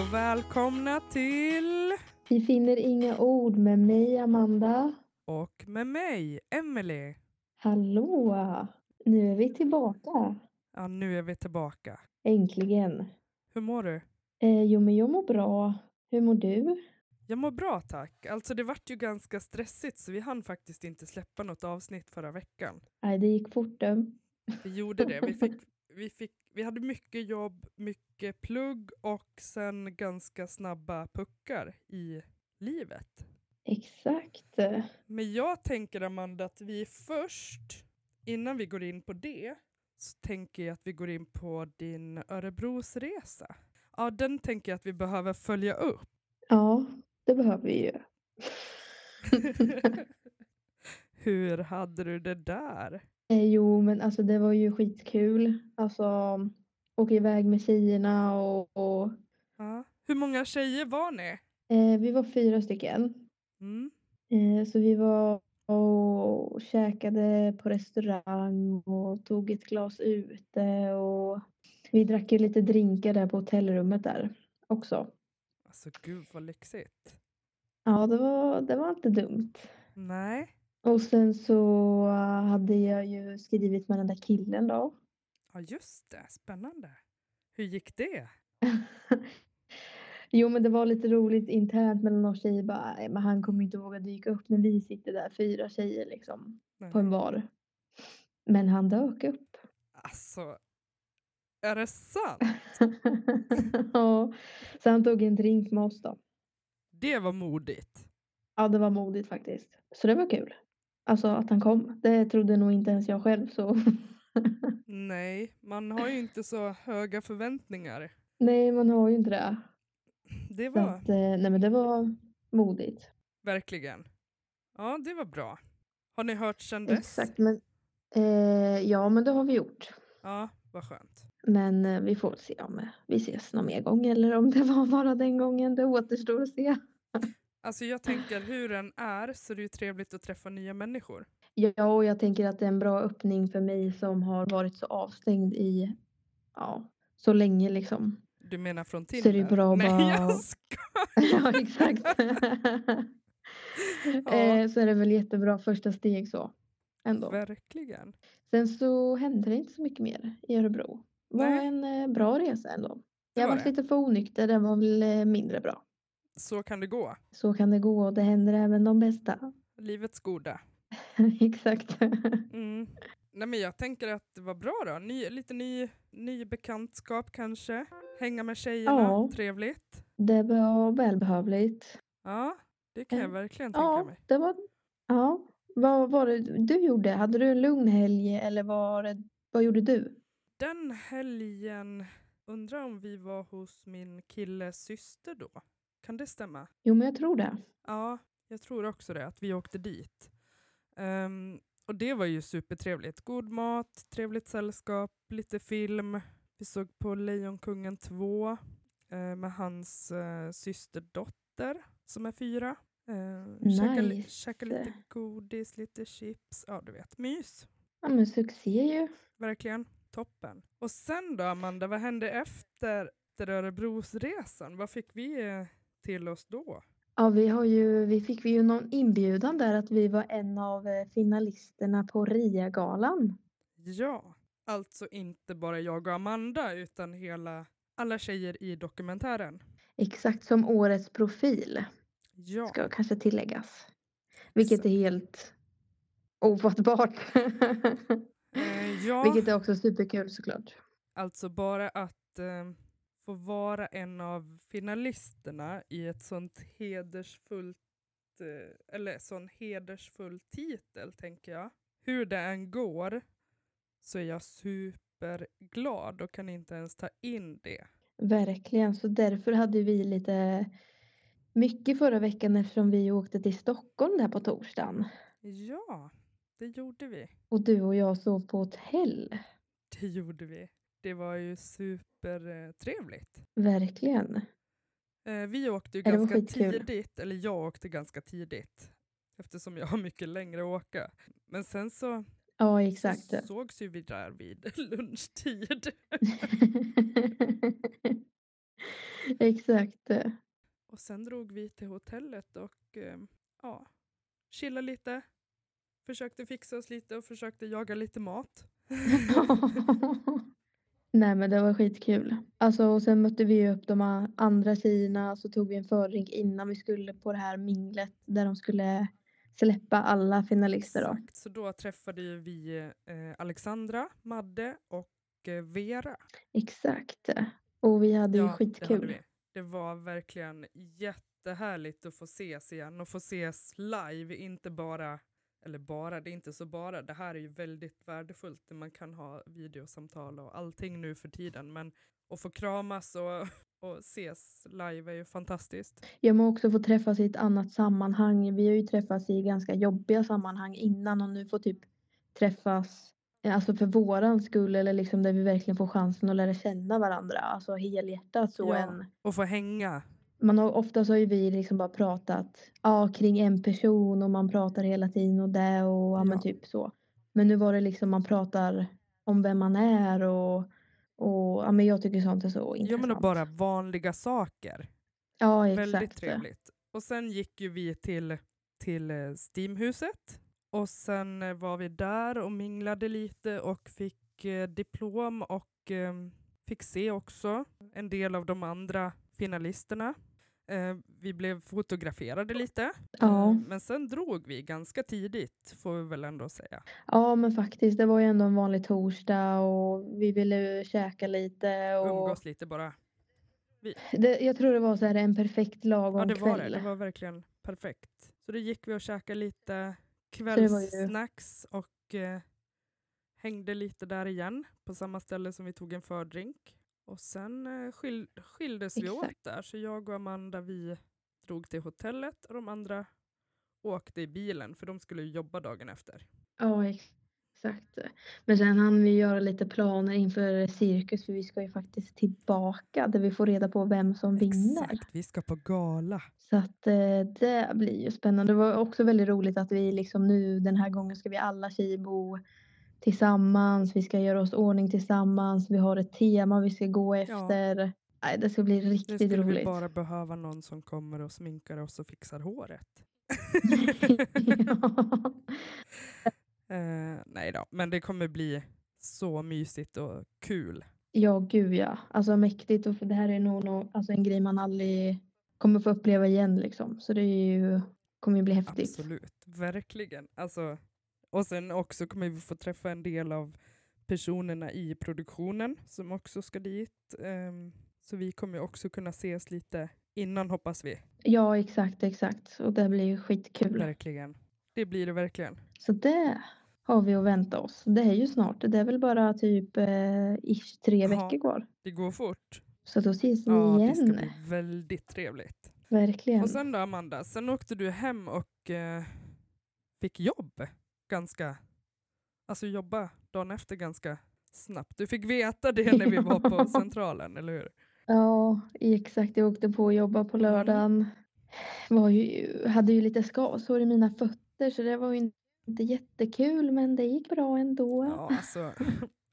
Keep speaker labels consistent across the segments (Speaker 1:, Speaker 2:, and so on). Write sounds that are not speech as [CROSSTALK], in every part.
Speaker 1: och välkomna till...
Speaker 2: Vi finner inga ord med mig, Amanda.
Speaker 1: Och med mig, Emelie.
Speaker 2: Hallå! Nu är vi tillbaka.
Speaker 1: Ja, nu är vi tillbaka.
Speaker 2: Äntligen.
Speaker 1: Hur mår du?
Speaker 2: Eh, jo, men jag mår bra. Hur mår du?
Speaker 1: Jag mår bra tack. Alltså det vart ju ganska stressigt så vi hann faktiskt inte släppa något avsnitt förra veckan.
Speaker 2: Nej, det gick fort. du.
Speaker 1: Vi gjorde det. Vi, fick, vi, fick, vi hade mycket jobb, mycket plugg och sen ganska snabba puckar i livet.
Speaker 2: Exakt.
Speaker 1: Men jag tänker Amanda att vi först, innan vi går in på det, så tänker jag att vi går in på din Örebrosresa. Ja, den tänker jag att vi behöver följa
Speaker 2: [LAUGHS]
Speaker 1: upp.
Speaker 2: Ja, det behöver vi ju.
Speaker 1: Hur hade du det där?
Speaker 2: Eh, jo, men alltså det var ju skitkul. Alltså, åka iväg med tjejerna och... och
Speaker 1: Ja. Hur många tjejer var ni?
Speaker 2: eh, vi var fyra stycken.
Speaker 1: Mm.
Speaker 2: Eh, så vi var och käkade på restaurang och tog ett glas ute och vi drack ju lite drinkar där på hotellrummet där också.
Speaker 1: Alltså gud vad lyxigt.
Speaker 2: Ja, det var, det var inte dumt.
Speaker 1: Nej,
Speaker 2: Och sen så hade jag ju skrivit med den där killen då.
Speaker 1: ja just det, spännande. Hur gick det?
Speaker 2: Jo, men det var lite roligt internt mellan oss tjejer bara, "Nej, men han kommer inte våga dyka upp när vi sitter där, fyra tjejer liksom,
Speaker 1: Nej.
Speaker 2: på en bar. Men han dök upp. [LAUGHS]
Speaker 1: Alltså, är det sant?
Speaker 2: ja, så han tog en drink med oss då.
Speaker 1: Det var modigt.
Speaker 2: Ja, det var modigt faktiskt. Så det var kul. Alltså att han kom. Det trodde nog inte ens jag själv så. [LAUGHS]
Speaker 1: Nej, man har ju inte så höga förväntningar.
Speaker 2: nej, man har ju inte det.
Speaker 1: Det
Speaker 2: Så
Speaker 1: var
Speaker 2: att, eh, nej, men det var modigt.
Speaker 1: verkligen. Ja, det var bra. Har ni hört sedan dess?
Speaker 2: Exakt, men eh, ja, men det har vi gjort.
Speaker 1: Ja, vad skönt.
Speaker 2: Men eh, vi får väl se om eh, vi ses någon mer gång eller om det [LAUGHS] var bara den gången. Det återstår att se.
Speaker 1: Alltså jag tänker hur den är så är det ju trevligt att träffa nya människor.
Speaker 2: Ja, och jag tänker att det är en bra öppning för mig som har varit så avstängd i ja, så länge liksom.
Speaker 1: Du menar från Tinder?
Speaker 2: Så är det ju bra att
Speaker 1: Nej,
Speaker 2: bara-
Speaker 1: jag skojar.
Speaker 2: [LAUGHS] ja, exakt.
Speaker 1: Ja.
Speaker 2: Eh, så är det väl jättebra första steg så. Ändå.
Speaker 1: Verkligen.
Speaker 2: Sen så hände det inte så mycket mer i Örebro. Det var
Speaker 1: Nej.
Speaker 2: en eh, bra resa ändå.
Speaker 1: Det
Speaker 2: Jag
Speaker 1: var
Speaker 2: var
Speaker 1: det.
Speaker 2: lite för onykter, den var väl eh, mindre bra.
Speaker 1: Så kan det gå.
Speaker 2: Så kan det gå och det händer även de bästa. [LAUGHS]
Speaker 1: Livets goda.
Speaker 2: exakt.
Speaker 1: Mm. Nej men jag tänker att det var bra då. Ny, lite ny, ny bekantskap kanske. Hänga med tjejerna,
Speaker 2: Ja.
Speaker 1: trevligt.
Speaker 2: det var välbehövligt.
Speaker 1: Ja, det kan jag
Speaker 2: Eh,
Speaker 1: verkligen tänka
Speaker 2: Ja,
Speaker 1: mig.
Speaker 2: det var... Ja. Vad var det du gjorde? Hade du en lugn helg eller var det... vad gjorde du?
Speaker 1: Den helgen, undrar om vi var hos min killes syster då? Kan det stämma?
Speaker 2: Jo, men jag tror det.
Speaker 1: Ja, jag tror också det, att vi åkte dit. Ehm, och det var ju supertrevligt. God mat, trevligt sällskap, lite film. Vi såg på Lejonkungen 2 eh, med hans eh, systerdotter som är fyra. Uh, käka, li-
Speaker 2: Nice.
Speaker 1: käka lite godis, lite chips, ja du vet, mys.
Speaker 2: Ja, men succé ju.
Speaker 1: Verkligen. Toppen. Och sen då, Amanda, vad hände efter efter Örebrosresan? Vad fick vi eh, till oss då?
Speaker 2: Ja, vi, har ju, vi fick vi ju någon inbjudan där att vi var en av eh, finalisterna på RIA-galan.
Speaker 1: Ja, alltså inte bara jag och Amanda utan hela alla tjejer i dokumentären.
Speaker 2: Exakt som årets profil,
Speaker 1: Ja,
Speaker 2: ska kanske tilläggas. Vilket är helt ofattbart. [LAUGHS]
Speaker 1: eh, ja
Speaker 2: Vilket är också superkul såklart.
Speaker 1: alltså bara att eh, få vara en av finalisterna i ett sånt hedersfullt eh, eller sån hedersfull titel tänker jag. Hur det än går så är jag superglad och kan inte ens ta in det.
Speaker 2: Verkligen, så därför hade vi lite mycket förra veckan eftersom vi åkte till Stockholm där på torsdagen.
Speaker 1: Ja, det gjorde vi.
Speaker 2: Och du och jag sov på hotell.
Speaker 1: Det gjorde vi. Det var ju supertrevligt.
Speaker 2: Verkligen.
Speaker 1: Eh, vi åkte ju
Speaker 2: Ja, det var
Speaker 1: ganska
Speaker 2: skitkul.
Speaker 1: tidigt, eller jag åkte ganska tidigt eftersom jag har mycket längre att åka. Men sen så,
Speaker 2: Ja,
Speaker 1: så
Speaker 2: exakt.
Speaker 1: sågs ju vi [LAUGHS] där vid lunchtid.
Speaker 2: [LAUGHS] Exakt. eh,
Speaker 1: Och sen drog vi till hotellet och eh, ja, chillade lite. Försökte fixa oss lite och försökte jaga lite mat.
Speaker 2: Nej men det var skitkul. Alltså och sen mötte vi ju upp de a- andra tjejerna så tog vi en fördrink innan vi skulle på det här minglet där de skulle släppa alla finalister då.
Speaker 1: Exakt, så då träffade ju vi eh, Alexandra, Madde och eh, Vera.
Speaker 2: Exakt. Och vi hade ju skitkul.
Speaker 1: Det, hade vi. det var verkligen jättehärligt att få ses igen och få ses live, inte bara, eller bara, det är inte så bara, det här är ju väldigt värdefullt, man kan ha videosamtal och allting nu för tiden, men att få kramas och, [LAUGHS] och ses live är ju fantastiskt.
Speaker 2: Jag må också få träffas i ett annat sammanhang. Vi har ju träffats i ganska jobbiga sammanhang innan och nu får typ träffas eh, alltså för våran skull eller liksom där vi verkligen får chansen att lära känna varandra. Alltså helhjärtat så
Speaker 1: Ja.
Speaker 2: än.
Speaker 1: Och få hänga.
Speaker 2: Man har, oftast har ju vi liksom bara pratat ja, kring en person och man pratar hela tiden och det och ja, men
Speaker 1: Ja.
Speaker 2: typ så. Men nu var det liksom man pratar om vem man är och, och ja, men jag tycker sånt är så
Speaker 1: Ja,
Speaker 2: intressant.
Speaker 1: men och bara vanliga saker.
Speaker 2: ja, exakt.
Speaker 1: Väldigt trevligt. Och sen gick ju vi till, till eh, Steamhuset och sen eh, var vi där och minglade lite och fick eh, diplom och eh, fick se också en del av de andra finalisterna. Eh, vi blev fotograferade lite,
Speaker 2: Ja.
Speaker 1: Eh, men sen drog vi ganska tidigt får vi väl ändå säga.
Speaker 2: Ja men faktiskt, det var ju ändå en vanlig torsdag och vi ville käka lite och
Speaker 1: Umgås lite bara.
Speaker 2: det, jag tror det var så här en perfekt lagom
Speaker 1: Ja, det
Speaker 2: kväll.
Speaker 1: var det. Det var verkligen perfekt. Så då gick vi och käkade lite
Speaker 2: det var ju-
Speaker 1: kvällssnacks och eh, hängde lite där igen på samma ställe som vi tog en fördrink. Och sen eh, skil skildes vi åt
Speaker 2: Exakt.
Speaker 1: där, så jag och Amanda vi drog till hotellet och de andra åkte i bilen för de skulle ju jobba dagen efter.
Speaker 2: Ja ex- exakt. Men sen hann vi göra lite planer inför cirkus för vi ska ju faktiskt tillbaka där vi får reda på vem som vinner.
Speaker 1: Exakt, vi ska på gala.
Speaker 2: Så att eh, det blir ju spännande. Det var också väldigt roligt att vi liksom nu den här gången ska vi alla tjejer bo tillsammans. Vi ska göra oss i ordning tillsammans. Vi har ett tema vi ska gå efter. Nej, det ska bli
Speaker 1: Nu
Speaker 2: riktigt
Speaker 1: skulle vi
Speaker 2: roligt.
Speaker 1: bara behöva någon som kommer och sminkar oss och fixar håret.
Speaker 2: ja.
Speaker 1: Eh, nej då, men det kommer bli så mysigt och kul.
Speaker 2: [LAUGHS] ja, gud ja. Alltså mäktigt. Och för det här är nog, nog alltså, en grej man aldrig kommer få uppleva igen liksom. Så det är ju, kommer ju bli häftigt.
Speaker 1: Absolut, verkligen. Alltså, och sen också kommer vi få träffa en del av personerna i produktionen som också ska dit. Ehm, så vi kommer ju också kunna ses lite innan hoppas vi.
Speaker 2: Ja, exakt, exakt. Och det blir ju skitkul.
Speaker 1: Verkligen. Det blir det verkligen.
Speaker 2: Så det har vi att vänta oss. Det är ju snart. Det är väl bara typ eh, ish tre
Speaker 1: Ja.
Speaker 2: veckor kvar.
Speaker 1: Det går fort.
Speaker 2: Så då ses vi
Speaker 1: Ja, det ska
Speaker 2: igen.
Speaker 1: bli väldigt trevligt.
Speaker 2: Verkligen.
Speaker 1: Och sen då Amanda, sen åkte du hem och eh, fick jobb ganska, alltså jobba dagen efter ganska snabbt. Du fick veta det när vi var på
Speaker 2: Ja.
Speaker 1: centralen, eller hur?
Speaker 2: Ja, exakt. Jag åkte på att jobba
Speaker 1: Mm.
Speaker 2: på lördagen. Var ju, hade ju lite skavsår i mina fötter så det var ju inte jättekul men det gick bra ändå.
Speaker 1: Ja, alltså,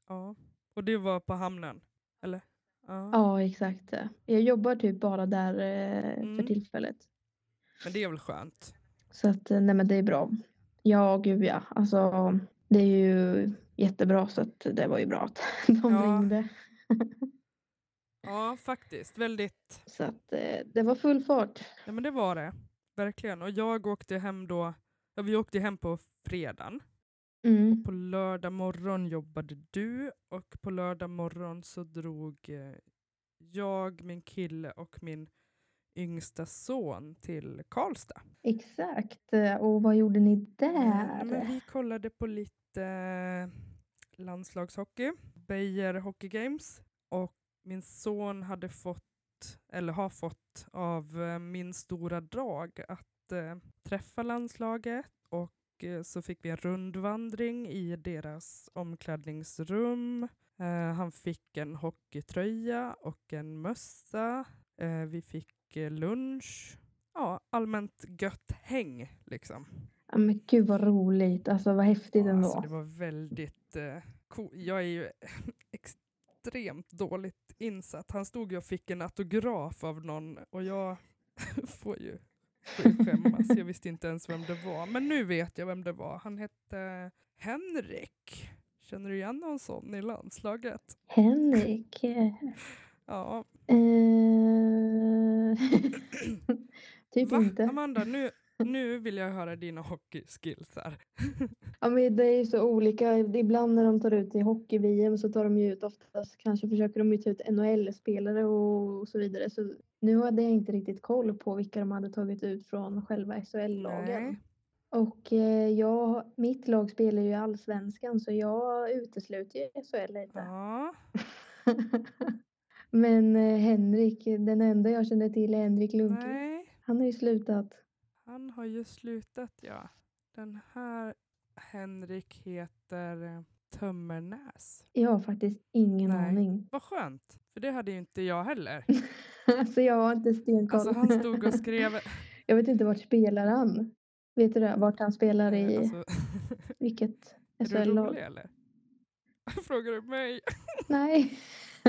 Speaker 1: ja. Och det var på hamnen, eller? Ja.
Speaker 2: Ja, exakt. Jag jobbar typ bara där eh, för
Speaker 1: Mm.
Speaker 2: tillfället.
Speaker 1: Men det är väl skönt?
Speaker 2: Så att, eh, nej men det är bra. Ja, gud ja. Alltså, det är ju jättebra så att det var ju bra att [LAUGHS] de
Speaker 1: Ja.
Speaker 2: ringde.
Speaker 1: Ja, faktiskt. Väldigt.
Speaker 2: Så att eh, det var full fart.
Speaker 1: Ja, men det var det. Verkligen. Och jag åkte hem då, ja, vi åkte hem på fredagen.
Speaker 2: Mm.
Speaker 1: På lördag morgon jobbade du och på lördag morgon så drog eh, jag, min kille och min yngsta son till Karlstad.
Speaker 2: Exakt. Och vad gjorde ni
Speaker 1: Eh, Men
Speaker 2: där?
Speaker 1: vi kollade på lite eh, landslagshockey, Beijer Hockey Games och min son hade fått, eller har fått av eh, min stora drag att eh, träffa landslaget och eh, så fick vi en rundvandring i deras omklädningsrum. Eh, han fick en hockeytröja och en mössa. Eh, vi fick eh, lunch. Ja, allmänt gött häng liksom.
Speaker 2: Ja, men gud vad roligt. Alltså vad häftigt
Speaker 1: Ja,
Speaker 2: ändå.
Speaker 1: Alltså, det var väldigt eh, coolt. Jag är ju ex- [LAUGHS] extremt dåligt insatt. Han stod ju och fick en autograf av någon och jag [LAUGHS] får ju får ju skämmas. Jag visste inte ens vem det var. Men nu vet jag vem det var. Han hette Henrik. Känner du igen någon sån i landslaget?
Speaker 2: Henrik.
Speaker 1: Ja.
Speaker 2: Eh, [LAUGHS] typ
Speaker 1: Va?
Speaker 2: inte.
Speaker 1: Amanda, nu, nu vill jag höra dina hockeyskills här.
Speaker 2: Ja, men det är ju så olika. Ibland när de tar ut i hockey-VM så tar de ju ut oftast kanske försöker de ju ta ut NHL-spelare och, och så vidare. Så nu hade jag inte riktigt koll på vilka de hade tagit ut från själva
Speaker 1: Nej.
Speaker 2: SHL-lagen. Och eh, jag, mitt lag spelar ju i allsvenskan så jag utesluter ju SHL lite.
Speaker 1: Ja.
Speaker 2: [LAUGHS] Men eh, Henrik, den enda jag kände till är Henrik Lundqvist.
Speaker 1: Nej,
Speaker 2: Han har ju slutat.
Speaker 1: han har ju slutat ja. Den här Henrik heter eh, Tömmernäs.
Speaker 2: Jag har faktiskt ingen
Speaker 1: Nej.
Speaker 2: aning. [LAUGHS]
Speaker 1: Vad skönt, för det hade ju inte jag heller.
Speaker 2: alltså jag har inte stenkoll.
Speaker 1: Alltså han stod och
Speaker 2: [LAUGHS]
Speaker 1: skrev...
Speaker 2: Jag vet inte vart spelar han? Vet du det? Vart han spelar i
Speaker 1: Alltså,
Speaker 2: vilket
Speaker 1: är du
Speaker 2: SHL-lag?
Speaker 1: rolig eller? [LAUGHS] Frågar du mig?
Speaker 2: Nej. [LAUGHS]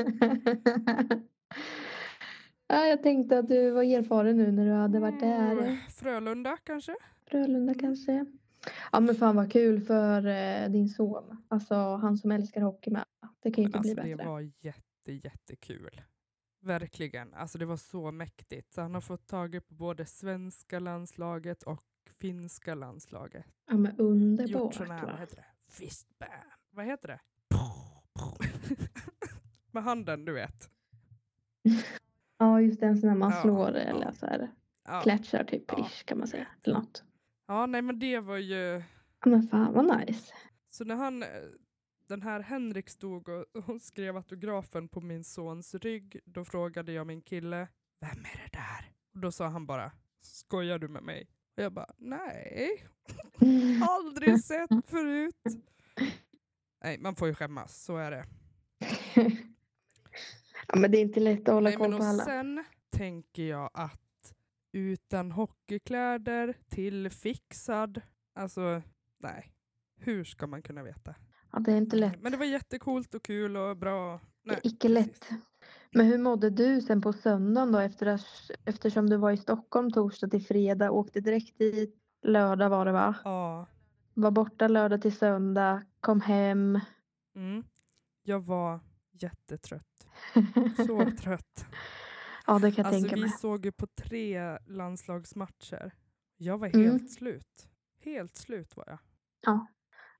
Speaker 2: ja, jag tänkte att du var erfaren nu när du hade varit där.
Speaker 1: Mm, Frölunda kanske? Mm.
Speaker 2: Frölunda kanske. Ja men fan vad kul för eh, din son. Alltså han som älskar hockey med. Det kan ju
Speaker 1: Men
Speaker 2: inte
Speaker 1: alltså,
Speaker 2: bli
Speaker 1: det
Speaker 2: bättre.
Speaker 1: var jätte, jättekul. Verkligen. Alltså, det var så mäktigt. Så han har fått tag på både svenska landslaget och finska landslaget.
Speaker 2: Ja men
Speaker 1: Gjort
Speaker 2: underbart.
Speaker 1: såna här, vad
Speaker 2: va?
Speaker 1: heter det? Fistbam. Vad heter det? [LAUGHS] Med handen, du vet.
Speaker 2: Ja just det, en sån här man
Speaker 1: Ja,
Speaker 2: slår
Speaker 1: ja.
Speaker 2: eller så här
Speaker 1: Ja.
Speaker 2: klatschar typ
Speaker 1: Ja.
Speaker 2: ish kan man säga. Eller något.
Speaker 1: ja, nej men det var ju...
Speaker 2: Ja men fan vad nice.
Speaker 1: Så när han, eh, den här Henrik stod och, och skrev autografen på min sons rygg, då frågade jag min kille, vem är det där? Och då sa han bara, skojar du med mig? Och jag bara, nej, aldrig sett förut. Nej, man får ju skämmas, så är det.
Speaker 2: ja men det är inte lätt att hålla
Speaker 1: Nej, men
Speaker 2: koll på
Speaker 1: och
Speaker 2: alla.
Speaker 1: sen tänker jag att utan hockeykläder till fixad, alltså nej, hur ska man kunna veta?
Speaker 2: Ja, det är inte lätt.
Speaker 1: Men det var jättekult och kul och bra.
Speaker 2: Det
Speaker 1: Nej,
Speaker 2: är icke lätt. Men hur mådde du sen på söndagen då efter, att- eftersom du var i Stockholm torsdag till fredag, åkte direkt dit lördag var det va?
Speaker 1: Ja.
Speaker 2: Var borta lördag till söndag, kom hem.
Speaker 1: Mm. Jag var
Speaker 2: [LAUGHS]
Speaker 1: jättetrött. Så trött.
Speaker 2: ja det kan jag
Speaker 1: Alltså,
Speaker 2: tänka
Speaker 1: vi
Speaker 2: mig.
Speaker 1: såg ju på tre landslagsmatcher. Jag var
Speaker 2: Mm.
Speaker 1: helt slut. Helt slut var jag.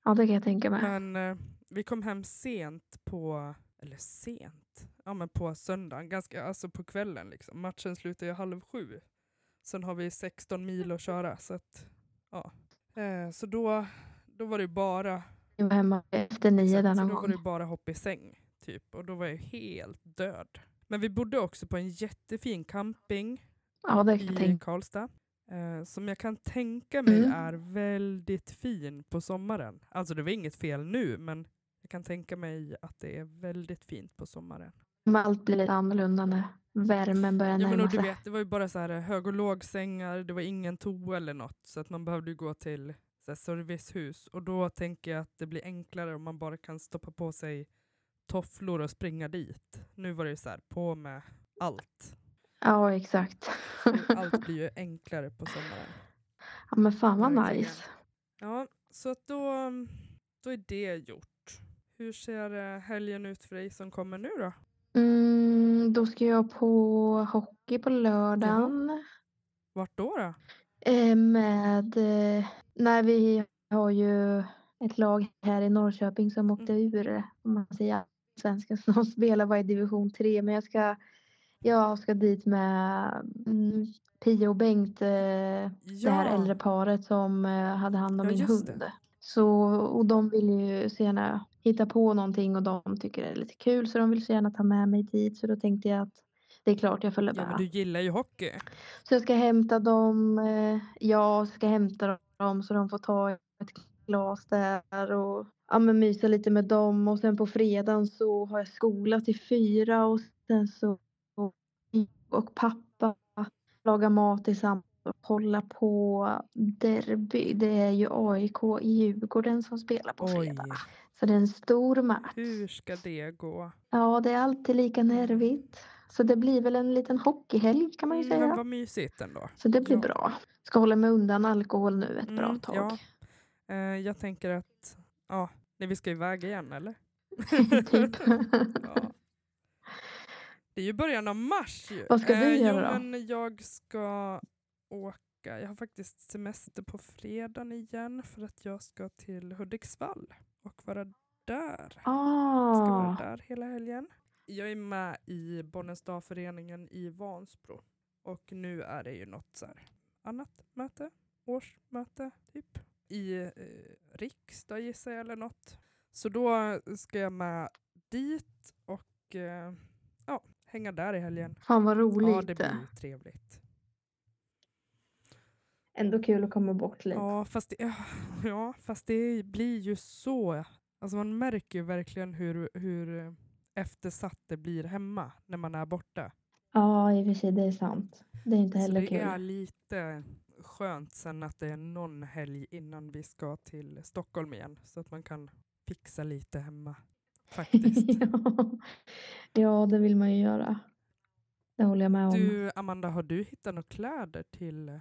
Speaker 2: Ja det kan jag tänka mig.
Speaker 1: Men eh, vi kom hem sent på, eller sent, ja men på söndagen, ganska, alltså på kvällen liksom. Matchen slutar ju halv sju. Sen har vi 16 mil att köra så att, ja. Eh, så då, då var det ju bara
Speaker 2: Jag var hemma efter nio
Speaker 1: Exakt,
Speaker 2: där
Speaker 1: så
Speaker 2: någon
Speaker 1: då var det
Speaker 2: gång.
Speaker 1: ju bara hopp i säng. Typ. Och då var jag helt död. Men vi bodde också på en jättefin camping
Speaker 2: Ja det kan jag
Speaker 1: i
Speaker 2: tänka
Speaker 1: Karlstad. Eh, som jag kan tänka mig
Speaker 2: Mm.
Speaker 1: är väldigt fin på sommaren. Alltså det var inget fel nu, men jag kan tänka mig att det är väldigt fint på sommaren.
Speaker 2: mig. Allt blir lite annorlunda när värmen börjar
Speaker 1: Ja, men
Speaker 2: närma
Speaker 1: och du
Speaker 2: sig.
Speaker 1: vet, det var ju bara så här eh, hög och lågsängar, det var ingen toa eller något, så att man behövde ju gå till så här, servicehus. Och då tänker jag att det blir enklare om man bara kan stoppa på sig tofflor och springa dit. Nu var det ju så här, på med allt.
Speaker 2: Ja exakt.
Speaker 1: Allt blir ju enklare på sommaren.
Speaker 2: ja men fan vad
Speaker 1: Verkligen.
Speaker 2: nice.
Speaker 1: Ja, så att då, då är det gjort. Hur ser eh, helgen ut för dig som kommer nu då?
Speaker 2: Mm, då ska jag på hockey på lördagen.
Speaker 1: Vart då? då?
Speaker 2: Eh, Med, eh, nej vi har ju ett lag här i Norrköping
Speaker 1: Mm.
Speaker 2: som åkte ur, om man säger svenska så de spelar bara i division 3 men jag ska, jag ska dit med mm, Pia och Bengt, eh, det här äldre paret som eh, hade hand om
Speaker 1: Ja,
Speaker 2: min
Speaker 1: just det.
Speaker 2: hund. Så, och de vill ju så gärna hitta på någonting och de tycker det är lite kul så de vill så gärna ta med mig dit så då tänkte jag att det är klart jag följer
Speaker 1: ja,
Speaker 2: med.
Speaker 1: men du gillar ju hockey.
Speaker 2: Så jag ska hämta dem. eh, Jag ska hämta dem så de får ta ett glas där och ja, men mysa lite med dem. Och sen på fredagen så har jag skola till fyra och sen så och pappa lagar mat tillsammans och kolla på derby. Det är ju AIK i Djurgården som spelar på
Speaker 1: Oj.
Speaker 2: fredag. Så För det är en stor match.
Speaker 1: Hur ska det gå?
Speaker 2: Ja, det är alltid lika nervigt. Så det blir väl en liten hockeyhelg kan man ju
Speaker 1: Mm, Men
Speaker 2: säga.
Speaker 1: vad mysigt ändå.
Speaker 2: Så det blir
Speaker 1: ja.
Speaker 2: bra. Ska hålla mig undan alkohol nu ett bra
Speaker 1: Mm,
Speaker 2: tag.
Speaker 1: ja. Eh, jag tänker att, ja, nej, vi ska iväg igen eller?
Speaker 2: [LAUGHS] typ.
Speaker 1: [LAUGHS] Ja. Det är ju början av mars ju. Eh,
Speaker 2: Vad ska du göra
Speaker 1: jo,
Speaker 2: då?
Speaker 1: men jag ska åka, jag har faktiskt semester på fredagen igen för att jag ska till Hudiksvall och vara där. Ska vara
Speaker 2: ah,
Speaker 1: där hela helgen. Jag är med i Bonnestadföreningen i Vansbro och nu är det ju något så här annat möte, årsmöte typ. I eh, riksdag gissar jag eller något. Så då ska jag med dit och eh, ja, hänga där i helgen.
Speaker 2: fan vad roligt.
Speaker 1: Ja, det blir ju trevligt.
Speaker 2: Ändå kul att komma bort lite.
Speaker 1: Ja fast, det, [LAUGHS] ja, fast det blir ju så. Alltså man märker ju verkligen hur, hur eh, eftersatt det blir hemma när man är borta.
Speaker 2: Ja, i och för sig det är sant. Det är inte
Speaker 1: Så
Speaker 2: heller
Speaker 1: Alltså, det
Speaker 2: kul.
Speaker 1: är lite skönt sen att det är någon helg innan vi ska till Stockholm igen så att man kan fixa lite hemma.
Speaker 2: [LAUGHS]
Speaker 1: Faktiskt.
Speaker 2: ja. ja, det vill man ju göra. Det håller jag med om.
Speaker 1: Du Amanda, har du hittat några kläder till...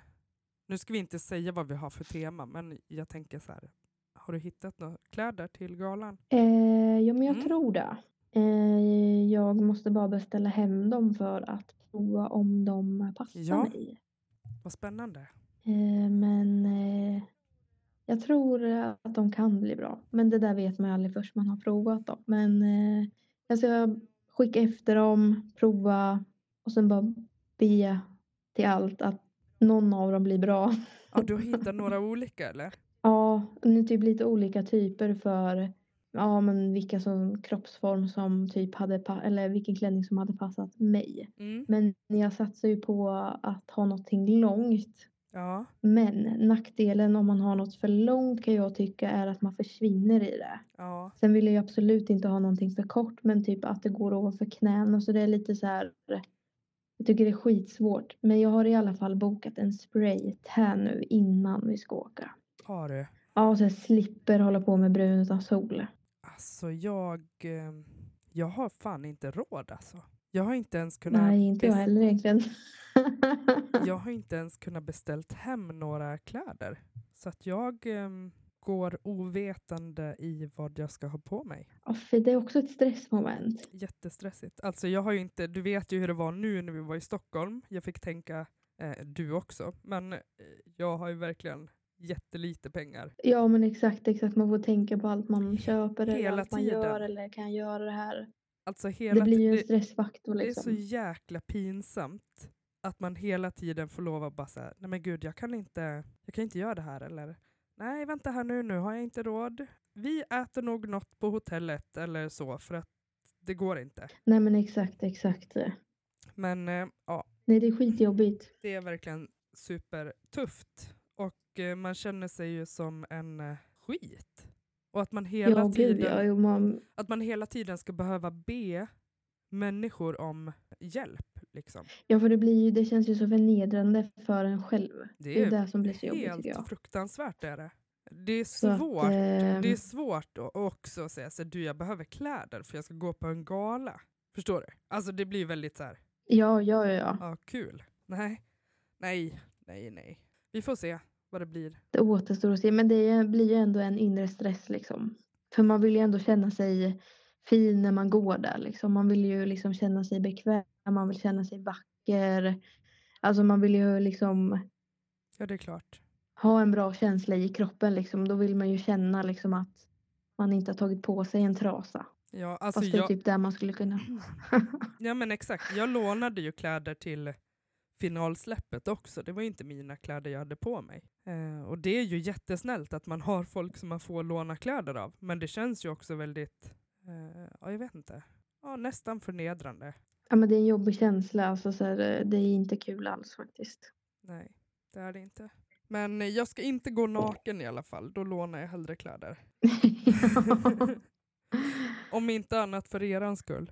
Speaker 1: Nu ska vi inte säga vad vi har för tema, men jag tänker så här. Har du hittat några kläder till galan?
Speaker 2: Eh, ja, men jag
Speaker 1: Mm.
Speaker 2: tror det. Eh, jag måste bara beställa hem dem för att prova om de passar
Speaker 1: Ja.
Speaker 2: mig.
Speaker 1: Vad spännande.
Speaker 2: Eh, men eh, jag tror att de kan bli bra. Men det där vet man ju aldrig först man har provat dem. Men eh, jag ska skicka efter dem, prova och sen bara be till allt att någon av dem blir bra. [LAUGHS]
Speaker 1: Ja, du har hittat några olika eller?
Speaker 2: Ja, och det är typ lite olika typer för ja, men vilka som kroppsform som typ hade pa- eller vilken klänning som hade passat mig.
Speaker 1: Mm.
Speaker 2: Men jag satsar ju på att ha någonting långt.
Speaker 1: Ja,
Speaker 2: Men nackdelen om man har något för långt kan jag tycka är att man försvinner i det.
Speaker 1: ja,
Speaker 2: Sen vill jag ju absolut inte ha någonting för kort men typ att det går ovanför knäna så det är lite så här. Jag tycker det är skitsvårt men jag har i alla fall bokat en spray här nu innan vi ska åka.
Speaker 1: har du.
Speaker 2: Ja, och så jag slipper hålla på med brun utan sol.
Speaker 1: Alltså jag, eh, jag har fan inte råd alltså. Jag har inte ens kunnat,
Speaker 2: Nej, inte jag
Speaker 1: bes-
Speaker 2: heller egentligen.
Speaker 1: jag har inte ens kunnat beställt hem några kläder. Så att jag eh, går ovetande i vad jag ska ha på mig.
Speaker 2: [LAUGHS] Ja, för det är också ett stressmoment.
Speaker 1: Jättestressigt. Alltså jag har ju inte, du vet ju hur det var nu när vi var i Stockholm. Jag fick tänka, eh, du också, men eh, jag har ju verkligen jättelite pengar.
Speaker 2: Ja, men exakt, exakt. Man får tänka på allt man köper eller
Speaker 1: Hela
Speaker 2: allt man gör
Speaker 1: tiden.
Speaker 2: eller kan göra det här.
Speaker 1: Alltså hela
Speaker 2: det blir ju en
Speaker 1: det-
Speaker 2: stressfaktor
Speaker 1: Det är
Speaker 2: liksom.
Speaker 1: så jäkla pinsamt att man hela tiden får lov att bara så här, nej men gud jag kan inte, jag kan inte göra det här eller nej vänta här nu, nu har jag inte råd. Vi äter nog något på hotellet eller så för att det går inte.
Speaker 2: Nej, men exakt, exakt.
Speaker 1: Men eh, ja,
Speaker 2: Nej, det är skitjobbigt.
Speaker 1: det är verkligen supertufft och eh, man känner sig ju som en eh, skit. Och att man hela
Speaker 2: ja,
Speaker 1: tiden...
Speaker 2: gud ja. Jo, man...
Speaker 1: Att man hela tiden ska behöva be människor om hjälp. Liksom.
Speaker 2: ja, för det blir ju, det känns ju så förnedrande för en själv. Det är ju
Speaker 1: är
Speaker 2: det som blir så jobbigt
Speaker 1: Helt
Speaker 2: tycker jag.
Speaker 1: fruktansvärt är det. Det är
Speaker 2: Så att,
Speaker 1: svårt.
Speaker 2: eh,
Speaker 1: Det är svårt att också säga så här, du jag behöver kläder för jag ska gå på en gala. Förstår du? Alltså det blir väldigt så här,
Speaker 2: Ja, ja, ja, ja.
Speaker 1: ja kul. Nej, nej, nej, nej. Vi får se vad det blir.
Speaker 2: Det återstår att se, men det är- blir ju ändå en inre stress liksom. För man vill ju ändå känna sig fin när man går där liksom. Man vill ju liksom känna sig bekväm, man vill känna sig vacker. Alltså man vill ju liksom
Speaker 1: Ja det är klart.
Speaker 2: ha en bra känsla i kroppen liksom. Då vill man ju känna liksom att man inte har tagit på sig en trasa.
Speaker 1: Ja, alltså
Speaker 2: Fast det är
Speaker 1: jag,
Speaker 2: typ där man skulle kunna.
Speaker 1: ja men exakt, jag lånade ju kläder till finalsläppet också. Det var ju inte mina kläder jag hade på mig. Eh, och det är ju jättesnällt att man har folk som man får låna kläder av. Men det känns ju också väldigt, eh, ja jag vet inte, ja, nästan förnedrande.
Speaker 2: Ja men det är en jobbig känsla alltså. Så här, eh, det är inte kul alls faktiskt.
Speaker 1: [LAUGHS]
Speaker 2: [LAUGHS]
Speaker 1: Nej, det är det inte. Men eh, jag ska inte gå naken i alla fall, då lånar jag hellre kläder. Om inte annat för erans skull.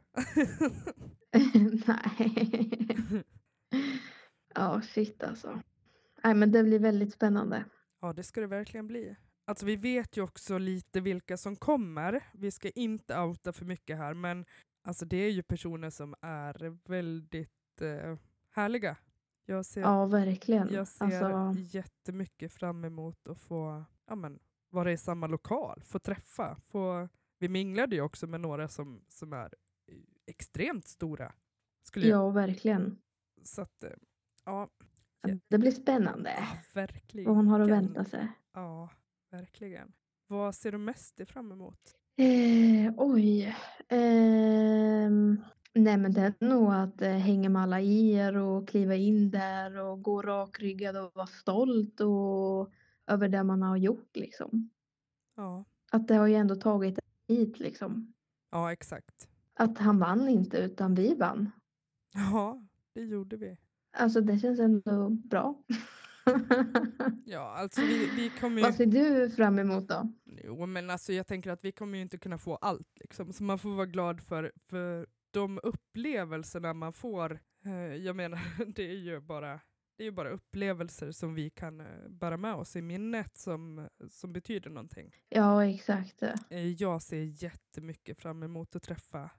Speaker 1: [LAUGHS]
Speaker 2: Nej. Ja, shit alltså. Nej, men det blir väldigt spännande.
Speaker 1: Ja, det ska det verkligen bli. Alltså vi vet ju också lite vilka som kommer. Vi ska inte outa för mycket här, men alltså det är ju personer som är väldigt eh, härliga. Jag ser,
Speaker 2: Ja, verkligen.
Speaker 1: jag ser
Speaker 2: Alltså,
Speaker 1: jättemycket fram emot att få ja, men, vara i samma lokal, få träffa. Få, vi minglade ju också med några som, som är eh, extremt stora. Skulle jag,
Speaker 2: ja, verkligen.
Speaker 1: Så att, eh, ja,
Speaker 2: Det blir spännande
Speaker 1: ah, verkligen.
Speaker 2: Äh, vad hon har att vänta sig.
Speaker 1: Ja, verkligen. Vad ser du mest fram emot?
Speaker 2: Eh, oj. Ehm, nej men det är nog att eh, hänga med alla er och kliva in där och gå rakryggad och vara stolt och över det man har gjort liksom.
Speaker 1: Ja,
Speaker 2: Att det har ju ändå tagit hit liksom.
Speaker 1: ja exakt.
Speaker 2: Att han vann inte utan vi vann.
Speaker 1: Ja, det gjorde vi.
Speaker 2: Alltså det känns ändå bra. [LAUGHS]
Speaker 1: Ja, alltså vi, vi kommer
Speaker 2: Vad
Speaker 1: ju...
Speaker 2: ser du fram emot då?
Speaker 1: Jo, men alltså jag tänker att vi kommer ju inte kunna få allt liksom. Så man får vara glad för, för de upplevelserna man får. Eh, jag menar, [LAUGHS] det är ju bara, det är ju bara upplevelser som vi kan eh, bära med oss i minnet som, som betyder någonting.
Speaker 2: Ja exakt.
Speaker 1: Eh, jag ser jättemycket fram emot att träffa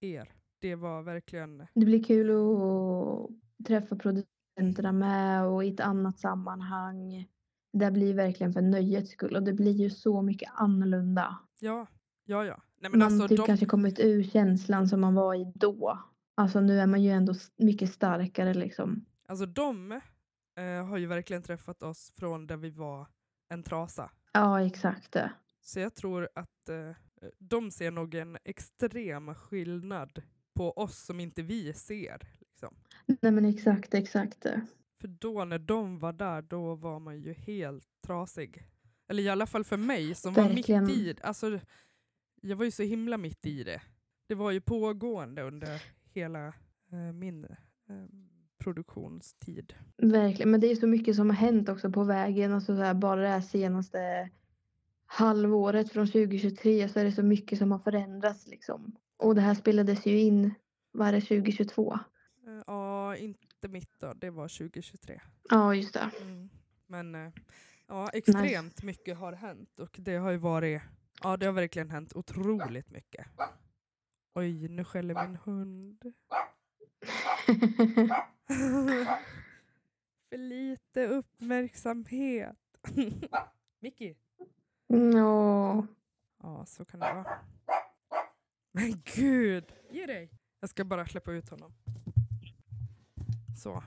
Speaker 1: er. Det var verkligen
Speaker 2: Det blir kul att träffa producenterna med och i ett annat sammanhang. Det blir verkligen för nöjets skull och det blir ju så mycket annorlunda.
Speaker 1: Ja, ja, ja. Nej, men
Speaker 2: Man
Speaker 1: alltså,
Speaker 2: typ
Speaker 1: de,
Speaker 2: kanske kommit ur känslan som man var i då. Alltså nu är man ju ändå s- mycket starkare liksom.
Speaker 1: alltså de eh, har ju verkligen träffat oss från där vi var en trasa.
Speaker 2: Ja exakt.
Speaker 1: Så jag tror att eh, de ser nog en extrem skillnad på oss som inte vi ser. Liksom.
Speaker 2: Nej men exakt exakt.
Speaker 1: För då när de var där, då var man ju helt trasig. Eller i alla fall för mig som var
Speaker 2: Verkligen.
Speaker 1: mitt i det. Alltså, jag var ju så himla mitt i det. Det var ju pågående under hela eh, min eh, produktionstid.
Speaker 2: Verkligen. Men det är så mycket som har hänt också på vägen. Alltså så här, bara det här senaste halvåret från 2023 så är det så mycket som har förändrats liksom. Och det här spelades ju in, vad är det, 2022?
Speaker 1: Eh, Ja, inte mitt då. Det var 2023.
Speaker 2: Ja, just det.
Speaker 1: Mm. Men eh, ja, extremt mycket har hänt och det har ju varit, ja det har verkligen hänt otroligt mycket. Oj, nu skäller min hund. [LAUGHS] För lite uppmärksamhet. [LAUGHS] Mickey.
Speaker 2: Mm, Ja.
Speaker 1: Ja, så kan det vara. Men gud! Ge dig! Jag ska bara släppa ut honom. Så.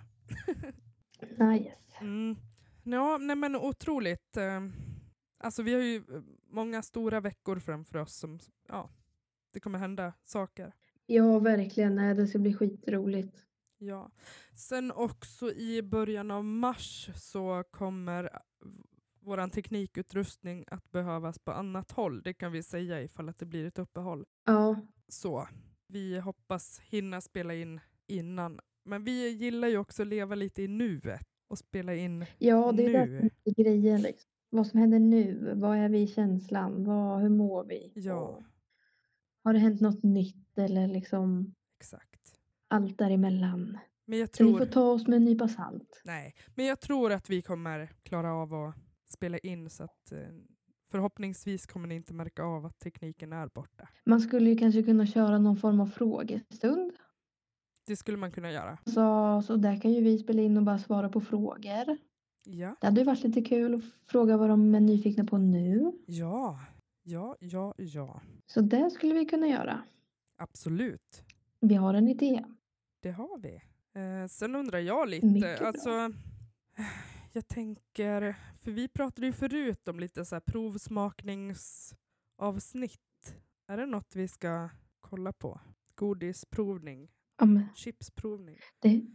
Speaker 2: Nice.
Speaker 1: Mm. Ja, nej men otroligt. Eh, Alltså vi har ju eh, många stora veckor framför oss som, ja, det kommer hända saker.
Speaker 2: Ja, verkligen. Nej, det ska bli skitroligt.
Speaker 1: Ja. Sen också i början av mars så kommer eh, våran teknikutrustning att behövas på annat håll. Det kan vi säga ifall att det blir ett uppehåll.
Speaker 2: Ja,
Speaker 1: Så vi hoppas hinna spela in innan. Men vi gillar ju också att leva lite i nuet och spela in
Speaker 2: ja det är det
Speaker 1: Nu.
Speaker 2: som är grejen liksom. Vad som händer nu? Vad är vi i känslan? Vad, hur mår vi?
Speaker 1: Ja.
Speaker 2: Och Har det hänt något nytt eller liksom
Speaker 1: exakt.
Speaker 2: allt däremellan?
Speaker 1: Men jag
Speaker 2: Så vi
Speaker 1: tror...
Speaker 2: får ta oss med en nypa salt.
Speaker 1: Nej, men jag tror att vi kommer klara av att spela in så att eh, förhoppningsvis kommer ni inte märka av att tekniken är borta.
Speaker 2: Man skulle ju kanske kunna köra någon form av frågestund.
Speaker 1: Det skulle man kunna göra.
Speaker 2: Så, så där kan ju vi spela in och bara svara på frågor.
Speaker 1: Ja,
Speaker 2: Det hade ju varit lite kul att fråga vad de är nyfikna på nu.
Speaker 1: ja, ja, ja, ja.
Speaker 2: Så det skulle vi kunna göra.
Speaker 1: Absolut,
Speaker 2: Vi har en idé.
Speaker 1: det har vi. Eh, sen undrar jag
Speaker 2: Mycket
Speaker 1: lite,
Speaker 2: bra.
Speaker 1: alltså jag tänker, för vi pratade ju förut om lite så här provsmakningsavsnitt. Är det något vi ska kolla på? Godisprovning,
Speaker 2: Ja, men
Speaker 1: chipsprovning.
Speaker 2: det,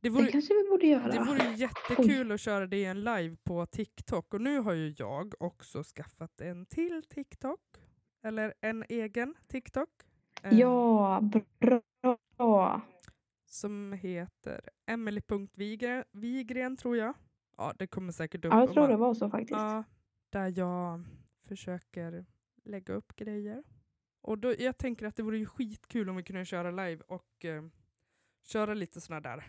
Speaker 1: Det vore
Speaker 2: det kanske vi borde göra.
Speaker 1: Det vore ju jättekul att köra det i en live på TikTok. Och nu har ju jag också skaffat en till TikTok. Eller en egen TikTok. eh,
Speaker 2: Ja, bra.
Speaker 1: Som heter Emily.vigren tror jag. Ja, det kommer säkert upp.
Speaker 2: Ja, jag
Speaker 1: om
Speaker 2: tror
Speaker 1: man-
Speaker 2: det var så faktiskt.
Speaker 1: Ja, där jag försöker lägga upp grejer. Och då, jag tänker att det vore ju skitkul om vi kunde köra live och eh, köra lite såna där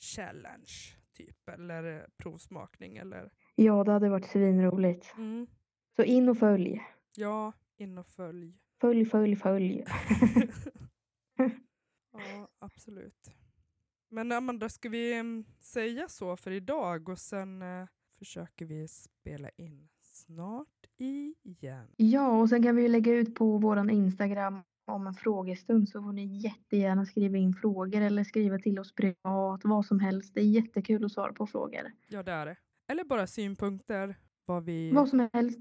Speaker 1: challenge typ eller eh, provsmakning eller
Speaker 2: Ja, det hade varit svinroligt.
Speaker 1: mm.
Speaker 2: Så in och följ.
Speaker 1: Ja, in och följ.
Speaker 2: Följ, följ, följ.
Speaker 1: Ja, absolut. Men Amanda, ska vi mm, säga så för idag och sen eh, försöker vi spela in snart igen.
Speaker 2: Ja, och sen kan vi ju lägga ut på våran Instagram om en frågestund så får ni jättegärna skriva in frågor eller skriva till oss privat, vad som helst. Det är jättekul att svara på frågor.
Speaker 1: Ja, det är det. Eller bara synpunkter, vad vi,
Speaker 2: Vad som helst.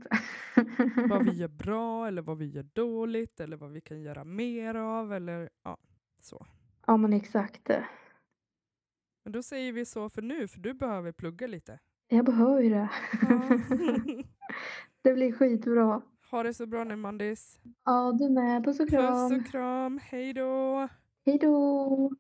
Speaker 1: vad vi gör bra eller vad vi gör dåligt eller vad vi kan göra mer av eller ja, så.
Speaker 2: [LAUGHS] ja, men exakt.
Speaker 1: Men då säger vi så för nu, för du behöver plugga lite.
Speaker 2: Jag behöver ju det.
Speaker 1: Ja.
Speaker 2: Det blir skitbra.
Speaker 1: [LAUGHS] ha det så bra nu, Mandis.
Speaker 2: Ja, du med. Puss och
Speaker 1: Puss
Speaker 2: kram.
Speaker 1: och kram, hej då!
Speaker 2: Hej då!